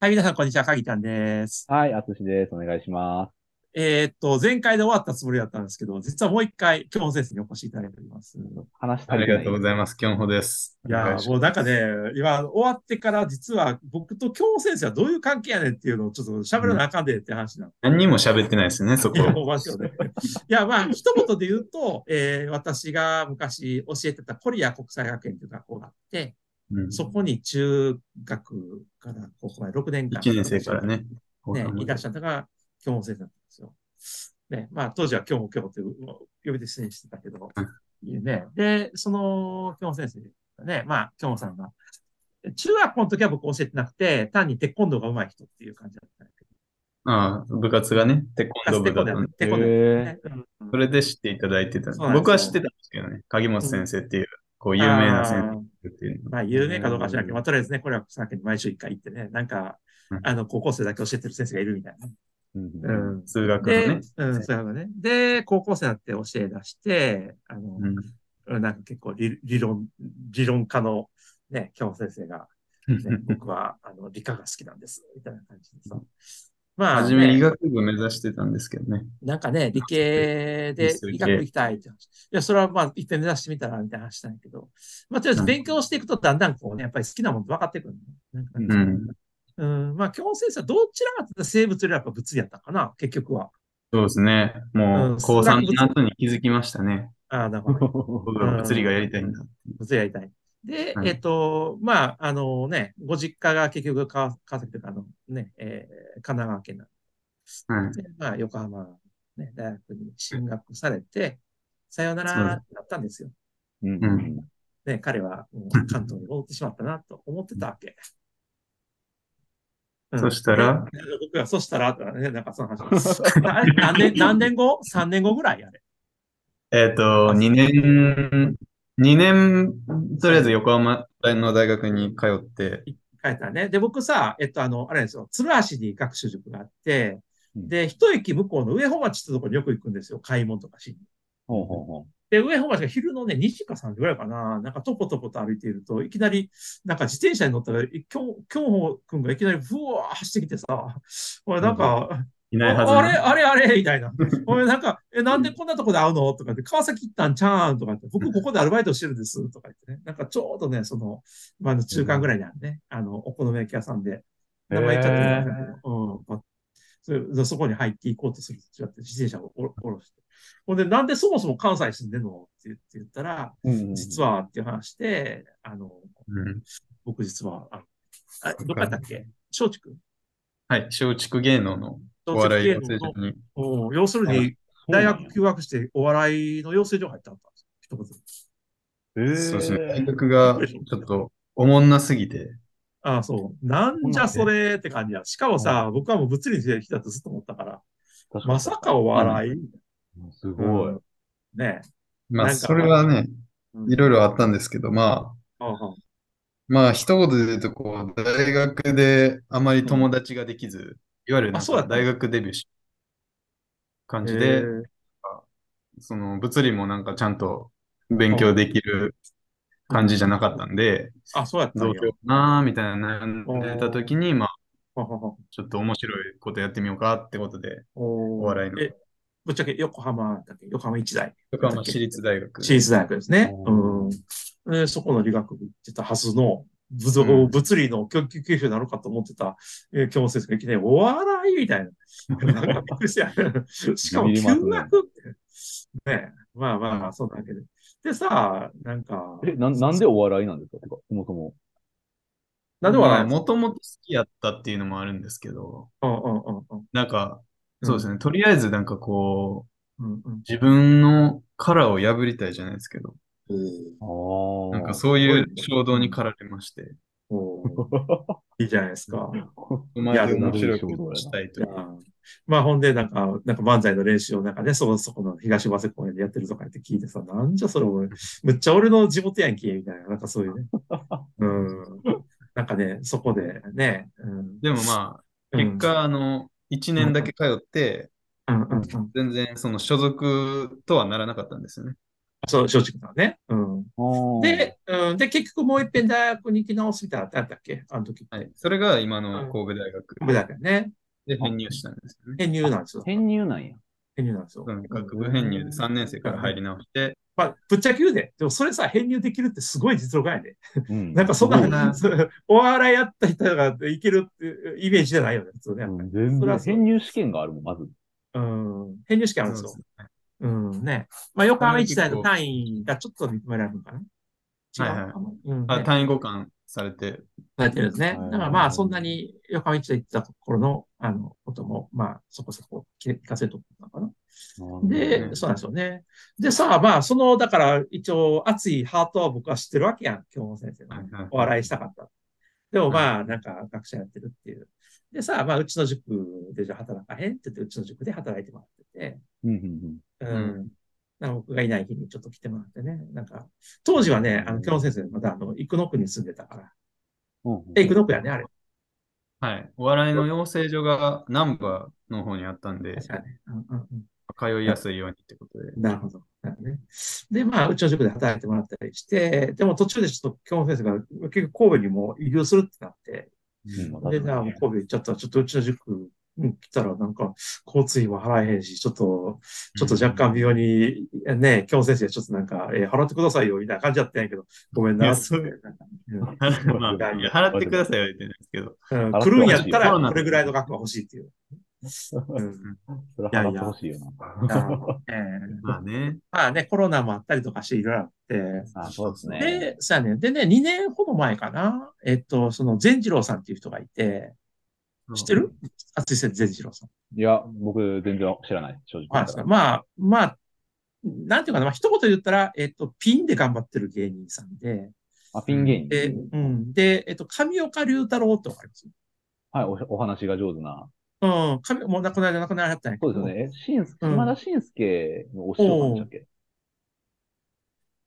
はい、皆さん、こんにちは。かぎちゃんです。はい、あつしです。お願いします。えーっと、前回で終わったつもりだったんですけど、実はもう一回、きょん先生にお越しいただいております。話しあたりくながい。とうございます。きょんほです。いやー、もうなんかね、今、終わってから実は僕ときょん先生はどういう関係やねんっていうのをちょっと喋らなあかんでって話なの。何にも喋ってないですね、そいこ。や、もうマジよね。いや、まあ、一言で言うと、えー私が昔教えてたコリア国際学園という学校があって、うんそこに中学から高校まで6年間。一年生からね。ね、いらっしゃったのが、京本先生だったんですよ。ね、まあ、当時は京本京本という呼びで出演してたけど、いうね。で、その京本先生がね、まあ、京本さんが、中学校の時は僕教えてなくて、単にテコンドーが上手い人っていう感じだったんだけああ、部活がね、テコンど、ドーテ部コだンっドーやたんねで、テコンドへーーやね。うんうんそれで知っていただいてたんですそうなんですよ僕は知ってたんですけどね、鍵本先生っていう、こう、有名な先生っていうのまあ、有名かどうか知らんけど、まあ、とりあえずね、これはさっき毎週一回行ってね、なんかうん、あの、高校生だけ教えてる先生がいるみたいなね。ううんん数学のでね。、うん、そういうことね。で、高校生になって教え出して、あの、うんうんなんか結構理理論、理論家のね、京本先生が、ね、僕はあの理科が好きなんです、みたいな感じでさ。まあ、初め医ね、学部目指してたんですけどね。なんかね、理系で理系医学部行きたいって話。いや、それはまあ、一遍目指してみたら、みたいな話したんだけど、まあ、とりあえず勉強していくとだんだんこうね、やっぱり好きなものって分かってくる、ね。なんかねうん。うん、まあ、京本先生はどちらかというと生物よりやっぱ物理やったかな、結局は。そうですね。もうんう、高3の後に気づきまし たね。ああ、だから。僕は物理がやりたいんだ。ずれやりたい。で、はいえっと、まあ、あのね、ご実家が結局川、川崎というか、あのね、えー神奈川県なんはい。で、まあ、横浜、ね、大学に進学されて、さようならだったんですよ。うんうんね、彼はもう関東に戻ってしまったなと思ってたわけ。うんそしたらで僕はそしたら、ね、なんかその 話。あれ何年、何年後 ?3 年後ぐらいあれ。えっと、2年、2年、とりあえず横浜の大学に通って、書いたね。で、僕さ、えっと、あの、あれなんですよ、鶴橋に学習塾があって、うんで、一駅向こうの上本町ってとこによく行くんですよ、買い物とかしに。ほうほうほで、上本町が昼のね、2時か3時ぐらいかな、なんかトコトコと歩いていると、いきなり、なんか自転車に乗ったら、い京京宝くんがいきなりふわー走ってきてさ、俺なんか、いあないはずあれ、なあれ、あれ、みたいな。 俺なんか、え、なんでこんなとこで会うのとかって、川崎行ったんちゃーんとかって、僕ここでアルバイトしてるんです、とか言ってね。なんかちょうどね、その、まああの、中間ぐらいにあるね、あの、お好み焼き屋さんで、へー名前言っちゃってるんだけど、うんまあそれ。そこに入っていこうとすると違って、自転車をお下ろして。ほんで、なんでそもそも関西に住んでんのって言って言ったら、う。うんうん実はっていう話で、あの、うん僕実は、あのあどっかだっけ松竹はい、松竹芸能のお松竹笑い芸養成所能のに。うん要するはに、大学休学してお笑いの養成所入ったんですよ。一言で。へそうですね。ー大学がちょっとおもんなすぎて、ああ、そう。なんじゃそれって感じや。しかもさ、僕はもう物理の日だとずっと思ったから、確かにまさかお笑い、すごい。ねえ。まなあ、んかそれはね、うんいろいろあったんですけど、まあ、ああまあ、一言で言うと、こう、大学であまり友達ができず、いわゆるなんあそうだかった大学デビューした感じでへ、ーその物理もなんかちゃんと勉強できる感じじゃなかったんで、あ、そうやったどんうしやようかなーみたいな悩んでた時に、まあ、はははちょっと面白いことやってみようかってことで、おお笑いのえ、ぶっちゃけ横浜だっけ横浜一大。横浜市立大学。私立大学ですね。おうん。でそこの理学部行ってたはずの、物うん物理の研究研修になるかと思ってた、えー、教本先生がいきなり、お笑いみたいな。なんかびっくりしたしかも、ビビ休りますね学って。ねえまあまあまあ、そうなわけで。でさ、なんか、え、なん、なんでお笑いなんですかてか、そもそも。なんで笑いもともと好きやったっていうのもあるんですけど、うんうんうんうんなんか、そうですね、とりあえずなんかこうんうん。う、自分の殻を破りたいじゃないですけど、ああ。なんかそういう衝動に駆られまして、おーいいじゃないですか。まず面白いことをしたいといやまあ、ほんで、なんか、なんか漫才の練習をなんかね、そこそこの東早瀬公園でやってるとかって聞いてさ、なんじゃそれ、俺むっちゃ俺の地元やんけ、みたいな、なんかそういうね。うん。なんかね、そこでね、うん。でもまあ、うん結、果、あの、1年だけ通って、うんうんうん。全然その所属とはならなかったんですよね。そう、松竹さんね。うん。あ あ、で、うん、で、結局もう一遍大学に行き直すみたいなのってあったっけあの時。はい。それが今の神戸大学神戸大学ね。で編入したんですよね。編入なんですよ。編 入なんや。編入なんですよ。うん学部編入で3年生から入り直して、まあ、ぶっちゃけ言うで。でもそれさ、編入できるってすごい実力がやね。うんなんかそんな、すごいそなうお笑いやった人がいけるっていうイメージじゃないよね、普通ね。やっぱり全それは然そう編入試験があるもん、まず。うん。編入試験あるんですよそう。うん、ね。まあ、横浜一大の単位がちょっと認められるのかな。はいはい違うかもうん、あね単位互換されて、されてるんですねは。いだからまあ、そんなに横浜一大行ったところの、あの、ことも、まあ、そこそこ聞かせると思ったのかな。うで、んそうなんですよね。で、さあ、まあ、その、だから、一応、熱いハートは僕は知ってるわけやん、京本先生のはいはいはい。お笑いしたかった。でもまあ、なんか、学者やってるっていう。で、さあ、まあ、うちの塾でじゃあ働かへんって言って、うちの塾で働いてもらってて、うんうんうんう。うんなんか僕がいない日にちょっと来てもらってね。なんか、当時はね、あの、京本先生、まだ、あの、生野区に住んでたから。うんうん。え、生野区やね、あれ。はい。お笑いの養成所が難波の方にあったんで、確かね。うんうんうん。通いやすいようにってことで。なるほど。なるほどね、で、まあ、うちの塾で働いてもらったりして、でも途中でちょっと京本先生が結構神戸にも移住するってなって、うんまあで、確じかゃあにもう神戸行っちゃったら、ちょっとうちの塾に来たらなんか交通費も払えへんし、ちょっと、ちょっと若干微妙に、ね、京本先生がちょっとなんか、えー払ってくださいよ、みたいな感じだったんやけど、ごめんいな、やってそうなんかうん干。まあ、いや払ってくださいは言ってないです けど。うん払ってほしい来るんやったそうら、なんですこれぐらいの額が欲しいっていう。うんそれ払ってほしいよな。あのえーまあね。まあね、コロナもあったりとかして、いろいろあって、あ、そうですね。で、そうやね。でね、2年ほど前かな。えっと、その、善次郎さんっていう人がいて、知ってる厚井先生善次郎さん。いや、僕、全然知らない、正直。はい。まあ、まあ、なんていうかな、まあ、一言言ったら、えっと、ピンで頑張ってる芸人さんで、あ、ピン芸で、人。うん。で、えっと、上岡龍太郎ってわかりますはい、おお話が上手な。うん。上、もうなくなり、なくなりはったんやけそど。うですよね。え、しんす、うん島田紳介のお師匠さんでしたっけ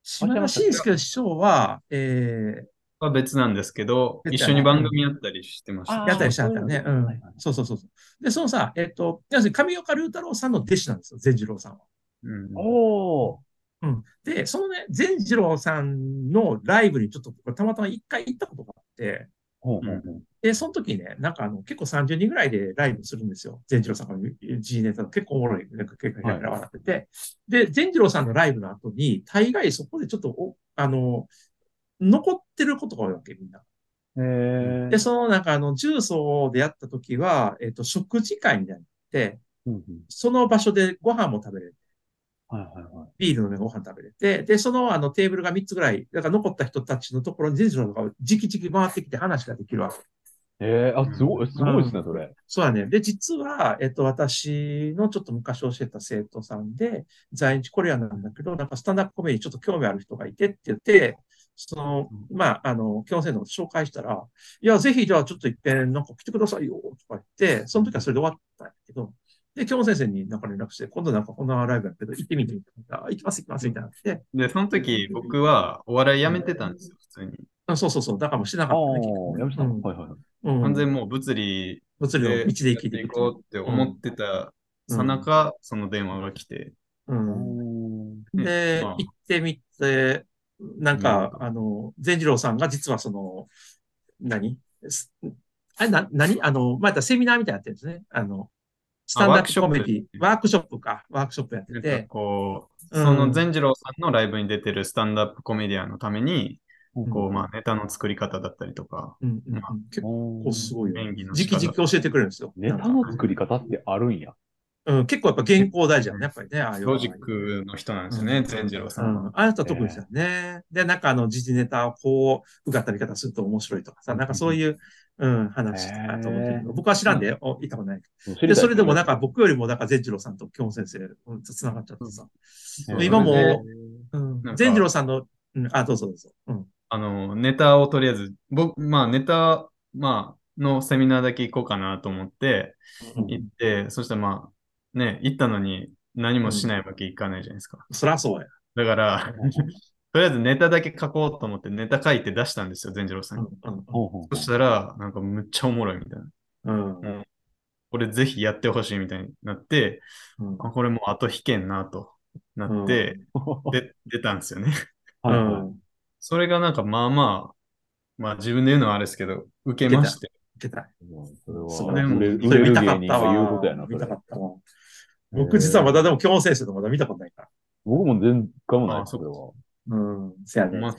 島田紳介師匠は、えは別なんですけど、別一やな緒に番組やったりしてましあた。ー、やったりしたんだね。そうういうのんはいはい。そうそうそうそう。で、そのさ、えっと、要するに上岡龍太郎さんの弟子なんですよ、善次郎さんは。うんおー。うん。で、そのね、善次郎さんのライブにちょっと僕たまたま一回行ったことがあって、ほうほうほうで、その時ね、なんかあの、結構30人ぐらいでライブするんですよ。善次郎さんが G ネタの結構おもろい、なんか結構ヘラヘラ笑ってて。で、善次郎さんのライブの後に、大概そこでちょっとお、あの、残ってることが多いわけ、みんな。へーで、そのなんかあの、重曹でやった時は、えっと、食事会になって、うんうんその場所でご飯も食べれる。はいはいはい。ビール飲みご飯食べれて、で、そのあのテーブルが3つぐらい、だから残った人たちのところに全治の方がじきじき回ってきて話ができるわけ。えー、あ、すごい、すごいですね、それ。そうだね。で、実は、えっと、私のちょっと昔教えた生徒さんで、在日コリアンなんだけど、なんかスタンダップコメディちょっと興味ある人がいてって言って、その、まあ、あの、教先生のこと紹介したら、いや、ぜひ、じゃあちょっと一遍、なんか来てくださいよ、とか言って、その時はそれで終わったんだけど、で、教先生になんか連絡して、今度なんかこんなライブやるけど、行ってみて、みたいな。あ行きます、行きます、みたいになって、で、その時僕はお笑いやめてたんですよ、普通に。あそうそうそう、だからもうしてなあかあったね。結ー、局やめしたうのんはいはいはい。うん、完全にもう物理物理での道で生きてやいっていく。こうって思ってたさなか、その電話が来て。うんうんで、まあ行ってみて、なんか、うあの、善次郎さんが実はその、何すあれ、な、何あの、またセミナーみたいなのやってるんですね。あの、スタンダップコメディ、ワークショップか、ワークショップやってなんかて、こう、うんその善次郎さんのライブに出てるスタンダップコメディアンのために、こう、まあ、ネタの作り方だったりとか、うんうんうん、結構すごいよ。演技のじ仕き方じき教えてくれるんですよ。ネタの作り方ってあるんや。うん、結構やっぱ原稿大事だよね、やっぱりね。ああいうのロはジックの人なんですよね、善次郎さうんは。ん、あなた特にですよね。で、なんかあの、時事ネタをこう、受かった見方すると面白いとかさ、なんかそういう、うん、話とかと思ってるけど、僕は知らんで、お、いたことないけど。で、それでもなんか僕よりもなんか善次郎さんと京先生うんと繋がっちゃってさ。そう今もそれでうんなんか善次郎さんの、うん、あ、どうぞどうぞ。うん。あの、ネタをとりあえず、僕、まあ、ネタ、まあ、のセミナーだけ行こうかなと思って、行って、そしたらまあ、ね、行ったのに何もしないわけいかないじゃないですか。そらそうや。だから、とりあえずネタだけ書こうと思ってネタ書いて出したんですよ、善次郎さうんに。ん、ほうほうほうそしたら、なんかむっちゃおもろいみたいな。うん、うん。これぜひやってほしいみたいになって、うんあこれもう後引けんなと。なって、で、出たんですよね。う はいはいん。いそれがなんかまあまあ、まあ自分で言うのはあれですけど、受けまして。けた。うんそそうれでは、も売れそれ売れる見たか芸っ人たがわ。言うことやな、そ見たかれ。ったわ。僕実はまだでも、京本選手とかまだ見たことないから。僕も全然もないあです、そそれは。うん、せやね。まあ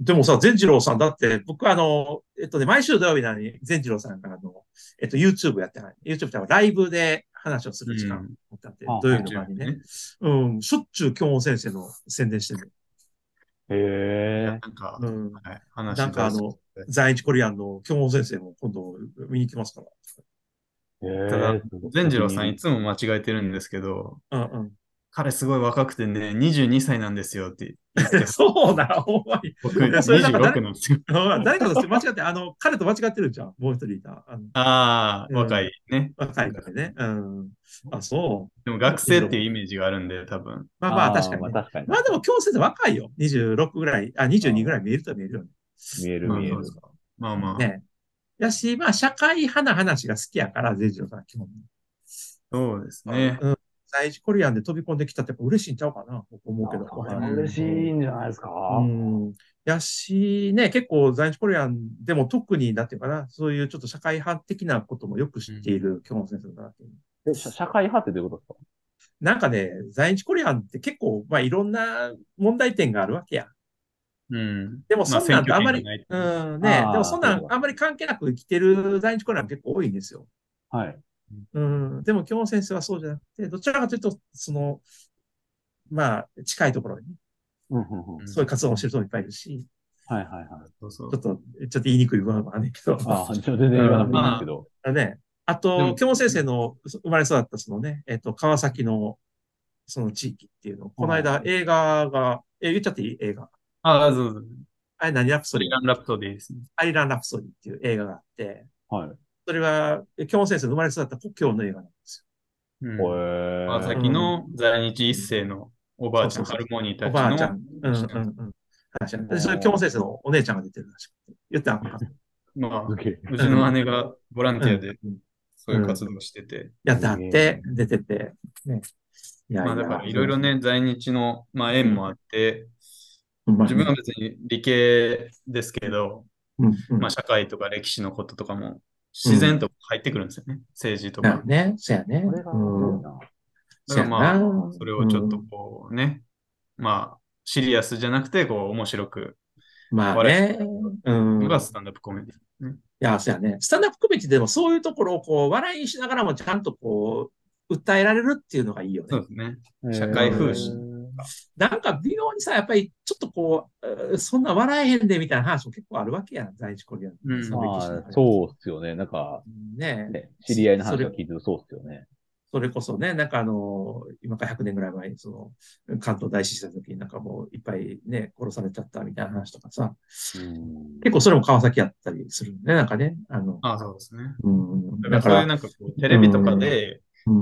でもさ、善次郎さん、だって、僕あの、えっとね、毎週土曜日なのに、善次郎さんがあの、えっと、YouTube やってない。YouTube ってあのライブで話をする時間をたって、うん土曜日の場にね。うん、しょっちゅう京本先生の宣伝してる。へえ。なんか、うん。はい、話なんかあの、在日コリアンの京本先生も今度見に来ますかへただえ。善次郎さんいつつも間違えてるんですけど、ら。うん彼すごい若くてね、22歳なんですよって言っうて ん。、そうだ、ほんまに。僕いやそれなんか誰26なんですよ。うん誰かと間違って、あの、彼と間違ってるじゃん。もう一人いた。 あのあうんあ、若いね。若いからね。うん。あ、そう。でも学生っていうイメージがあるんで、多分。まあまあ、確かにね、まあ確かに。まあでも、京先生若いよ。26ぐらい、あ、22ぐらい見えるとは見えるよね。見えるまあ見えそうるで。すかまあまあ、ね。やし、まあ、社会派な話が好きやから、全治郎さん、基本。そうですね。うん。在日コリアンで飛び込んできたってやっぱ嬉しいんちゃうかな、僕思うけど。これも嬉しいんじゃないですか。うん。やし、ね、結構在日コリアンでも特に、なんていうかな、そういうちょっと社会派的なこともよく知っている京本先生だなっていう。で社社会派ってどういうことでなんかね、在日コリアンって結構、まあいろんな問題点があるわけや。うん。でもまそあ、ん選なん挙あんまり、権がないっていうう。んねあ、ーでもそんなそんうだあんまり関係なく生きてる在日コリアン結構多いんですよ。すかはい。うん。でも、京本先生はそうじゃなくて、どちらかというと、その、まあ、近いところに、ね、うんうんうんうんそういう活動をしてる人もいっぱいいるし、はいはいはい。そうそうちょっと、ちょっと言いにくい部分はあるんだけど、 ああ、ちょっと全然言わなくていいんですけど。あね。あでと、も京本先生の生まれ育ったそのね、えっと、川崎のその地域っていうの、この間映画が、え、言っちゃっていい映画。ああ、そうそう。あれ何ラプソトディリガンラプトディですね。アイランラプソディっていう映画があって、はい。それは、え京本先生の生まれ育った故郷の映画なんですうんへえ。川崎の在日一世のおばあちゃん、そうそうそうハルモニーよ。おたちばあちゃのん。うんうんうん。話なんでそれ京本先生のお姉ちゃんが出てるらしくて。言ってなかった。まあ、すげえ。うちの姉がボランティアでうんそういう活動をしてて、やってはって、出てて。ね。いやいやまあだからいろいろ。ね、在日の、まあ、縁もあって、うん自分は別に理系ですけど、うんうんまあ社会とか歴史のこととかも自然と入ってくるんですよね、政治とそうやか。ね。そうやね。これがすごいな。だそうかやらなまあ、それをちょっとこうね、まあ、シリアスじゃなくて、こう、面白く、まあね。うん。のいがスタンダップコメディ。や、そうやね。スタンダップコメディでもそういうところをこう、笑いにしながらもちゃんとこう、訴えられるっていうのがいいよそうね。ですね。社会風刺なんか微妙にさ、やっぱりちょっとこうえー、そんな笑えへんでみたいな話も結構あるわけやん、在日コリアンの。うんそのま歴史のあ中、でそうっすよね。なんか、ねね、知り合いの話を聞いてるとそうっすよね。それこそね、なんかあの、今から100年ぐらい前に、その、関東大震災の時になんかもういっぱいね、殺されちゃったみたいな話とかさ、うん結構それも川崎やったりするね、なんかね、あの、ああ、そうですね。うん、だからそういうなんかこう、テレビとかで、うん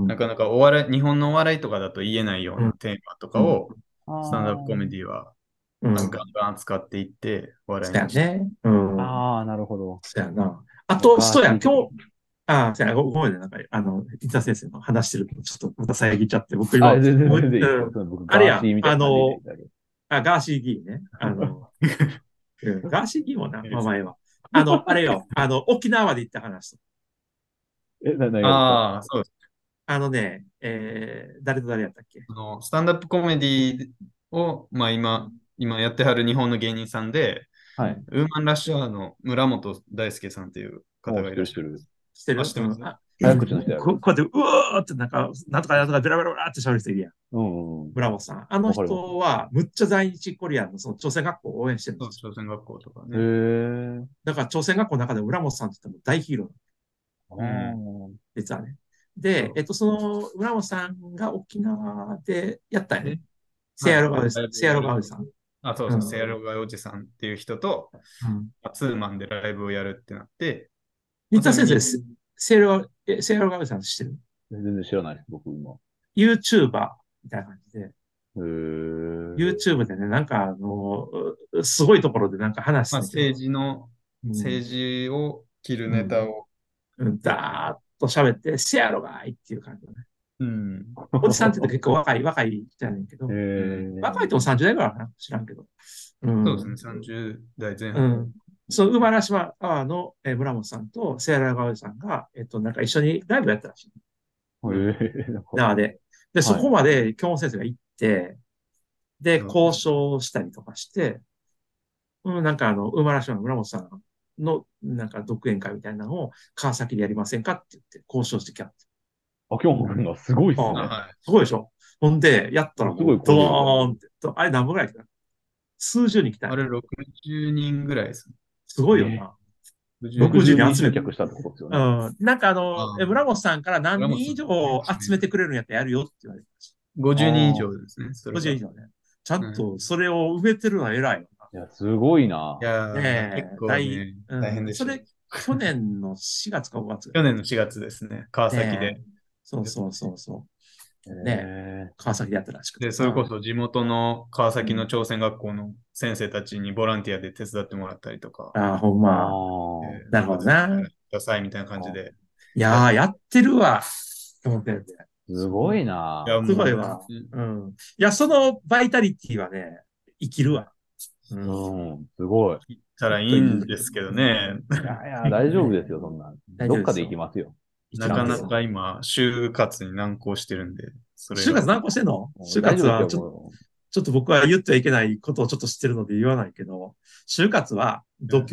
なかなかお笑い、日本のお笑いとかだと言えないようなテーマとかを、スタンダップコメディはうん、ガそンガン使っていって、笑ういやにして。ね。うん。ああ、なるほど。そうやな。あと、そうや、今日日、あ、そうや、ごごめんね、なんか、あの、伊田先生の話してるけど、ちょっとまた遮っちゃって、僕今、あ、あ全然全然いいうんその僕あれやガーシーみたいな感じで言ってガーシー議員ね。あ の、うんガーシー議員もな、名前は。あの、あれよ、あの、沖縄まで行った話と。あげるえ、な、何がああ、そうです。あのね、えー、誰と誰やったっけそのスタンダップコメディを、まあ今、今やってはる日本の芸人さんで、はい。ウーマンラッシュアーの村本大輔さんという方がいらっしゃる。る。してるあ知ってますあ早口の人やろここうやって、うわーって、なんか、なんとかなんとか、ベラベラベラって喋る人いるやん。うんうん。村本さん。あの人は、むっちゃ在日コリアンのその朝鮮学校を応援してるんそでうすよ。朝鮮学校とへかね。え。だから朝鮮学校の中でも村本さんって言ったら大ヒーローなの、うん実はね。で、えっと、その村本さんが沖縄でやったよねね。セアロガはウいジ、セアロガウジさん。あ、そううそんう、セアロガイおじさんっていう人と、まあツーマンでライブをやるってなって、新田先生、そセセアロ、えセアロガウジさん知ってる全然知らないです、僕今。 ?YouTuber みたいな感じで、へー YouTube でね、なんかあの、うすごいところでなんか話してまあ、るけど政治うの、ん政治を切るネタを、 うん、だーっと喋って、シェアロがいっていう感じだね。うん。おじさんって言うと結構若い、若い人やねんけど、えー若いとも30代ぐらいかな、知らんけど。うんそうですね、30代前う半。ん。その馬なしは川の、えー村本さんとセアラガオイさんが、えっと、なんか一緒にライブやったらしい。えーなんか縄で。で、いそこまで京本先生が行って、で、うん交渉したりとかして、うん、なんかあの、馬らしの村本さんの、なんか独演会みたいなのを川崎でやりませんかって言って交渉してきたって。あ、今日もすごいっすうんね。はすごいでしょほんで、やったらすごいドーンって。とあれ何本ぐらい来た数十人来い。たあ。れ60人ぐらいです。すごいよな。 60 60人集めて客したってことですようね。ん。なんかあのう、んえ村本さんから何人以上集めてくれるんやったらやるよって言われてまし50人以上ですね。た。それは。50以上ね。ちゃんとそれを埋めてるのは偉いよな。いや、すごいないやー、ねえ結構、ね、大大変でしたそね、れ、去年の4月か5月。去年の4月ですね、 川崎で。ねそうそうそうそねう。川崎でやったらしくて。で、それこそ地元の川崎の朝鮮学校の先生たちにボランティアで手伝ってもらったりとか。ああ、ほんあま。ーえーなるほどな。手伝ってくださいみたいな感じで。いやー、やってるわ。と思ってるんで。すごいないやもうすごいわうん。いや、そのバイタリティはね、生きるわ。う。うんいん、すごい。行ったらいいんですけどね、いやいや、 大丈夫ですよ、そんな。大丈夫ですよどっかで行きますよ。生なきかるんでなすよか今、就活に難航してるんで、それ就 活何個してんのもう就大活丈夫はですちよょ、もちょっと僕は言ってはいけないことをちょっと知ってるので言わないけど、就活は度胸。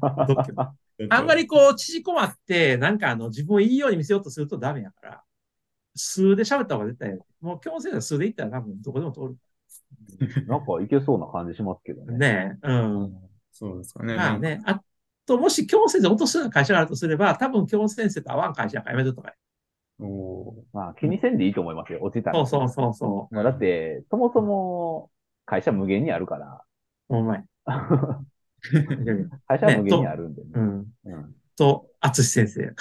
度胸。あんまりこう、縮こまって、なんかあの、自分をいいように見せようとするとダメやから、数で喋った方が絶対、もう今日の先生数でいったら多分どこでも通う なんか行けそうな感じしますけどる。ね。ねえ。うん。そうですかね。まあね。あと、もし今日の先生落とすような会社があるとすれば、多分今日の先生と合わん会社やからやめとったかおーまあ、気にせんでいいと思いますよ、落ちたら。そうそうそうそまあ、だって、そもそも、会社無限にあるから、う。お 前。会社は無限にあるんでね。うん。うんと、厚先生語る。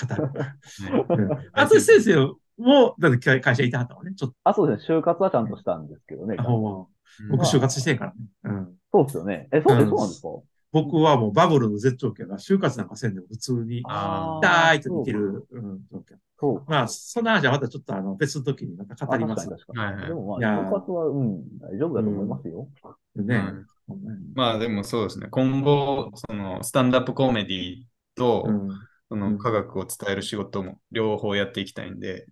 厚先生も、だって会社いてはったもんね。ちょっあ、そうですね、就活はちゃんとしたんですけどねと、。もう、僕就活してんからね。うん。そうですよね。え、そうでうんす、そうなんですか僕はもうバブルの絶頂期が就活なんかせんでも普通にあーだーいとでき。る、うん、状況。そうか。まあ、そんな話はまたちょっとあの別の時にまた語りますあ確かに確はいかにでもいはいまあ、やー就活は、うん、大丈夫だと思いますよ。ようね。んうんまあでもそうですね、今後、そのスタンダップコメディと、うん。そうのん科学を伝える仕事も両方やっていきたいんで、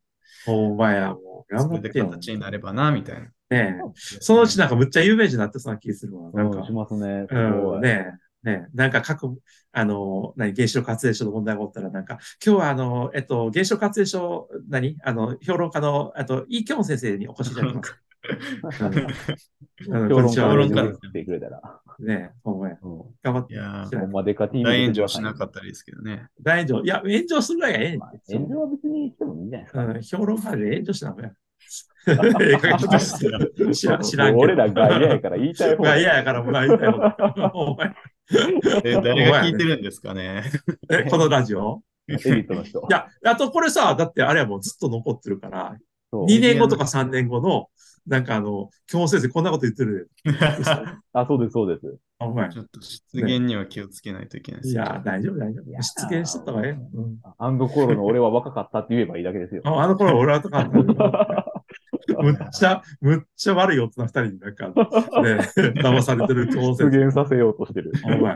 ほんまや、もう、頑そ張れっでてよ。形になればな、みたいな。ねえそのうちなんかむっちゃ有名人になってそうな気するわ。なんうん、かし、ますね。すうごん、い。ねえ、ねえ、なんか各、あの、何、原子力発電所の問題が起こったら、なんか、今日はあの、えっと、原子力発電所、何あの、評論家の、あと、イ・キョン先生にお越しいただきます。うんうんこんにちは評論評家で論家来てくれたら。ねえ、ほんまや。うん。頑張っ いて。やーほんまでかティーム大炎出てくだ上さしいなかったりですけどね。大丈夫。いや、炎上するぐらいがええねんまあ炎上は別にしてもいいんじゃないですか。うん、評論家で炎上したらダメ や。ええ加減に して知ら知らんけど。俺ら外野やから言いたい方が嫌やからもうなり たい ことお前え、誰が聞いてるんですかね。えこのラジオエリートの人。いや、あとこれさ、だってあれはもうずっと残ってるから、そう2年後とか3年後の、なんかあの、今日先生こんなこと言ってるで。あ、そうです、そうです。お前。ちょっと出現には気をつけないといけないですいね。や、大丈夫、大丈夫。失言しとった方がええ。うんアンドコールの俺は若かったって言えばいいだけですよ。ああの頃俺はとかあったけど、むっちゃ、むっちゃ悪い大人2人になんか、ね、騙されてる今日先出生。現させようとしてる。お前。ま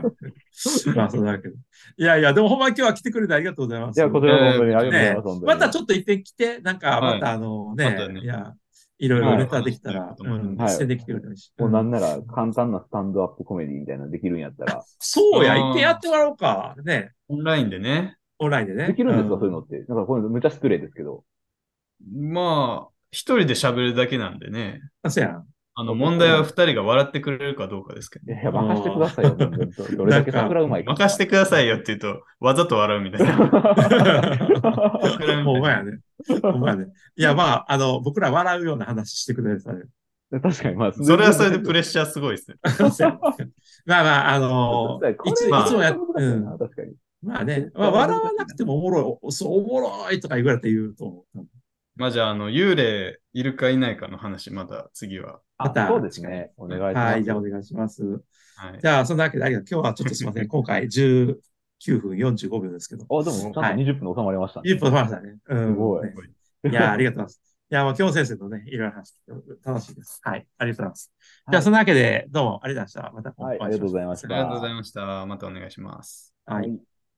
あ、そうだけど。いやいや、でもほんま今日は来てくれてありがとうございます。いや、こちらも本当にありがとうございます。またちょっょっといっぺん来て、なんか、はいまたあのまね、たねいや、いろいろネタできたら、はいうん、はいしてできてくれるし。もうなんなら簡単なスタンドアップコメディみたいなのできるんやったら。そうや、あー一回やってもらおうか。ね、オンラインでね。オンラインでね。できるんですか、うそういうのって。なんかこれ無茶失礼ですけど。まあ、一人で喋るだけなんでね。あそうやん。あの、問題は二人が笑ってくれるかどうかですけどい。や、任してくださいよ、本当にどれだけ桜うまいか。任してくださ いよって言うと、わざと笑うみたい な。ほんまやね。ほんまやね。いや、まあ、あの、僕ら笑うような話してくれるさね。確かに、まあ、それはそれでプレッシャーすごいですね。そうやねまあまあ、あのこれ、いついつまあもやっ、これうはん難しいな確かに。まあね、まあ、笑わなくてもおもろい、おそう、おもろいとか言われて言うと思う。まあじゃあ、あの、幽霊いるかいないかの話、また次は。またあそうですね。お願いします。はい、じゃあお願いします。はいじ。ゃあ、そんなわけで、ありがとう今日はちょっとすみません。今回10、 9分45秒ですけど。あ、でも、ちゃんとはい20分で収まりましたね。一歩止まりましたね。うん。すごいねいやー、ありがとうございます。いやー、まあ、今日先生とね、いろいろ話して楽しいです。はい、ありがとうございます。じゃはあ、いそんなわけで、どうもありがとうございました。また、はいありがとうございましたありがとうございました。またお願いします。はい。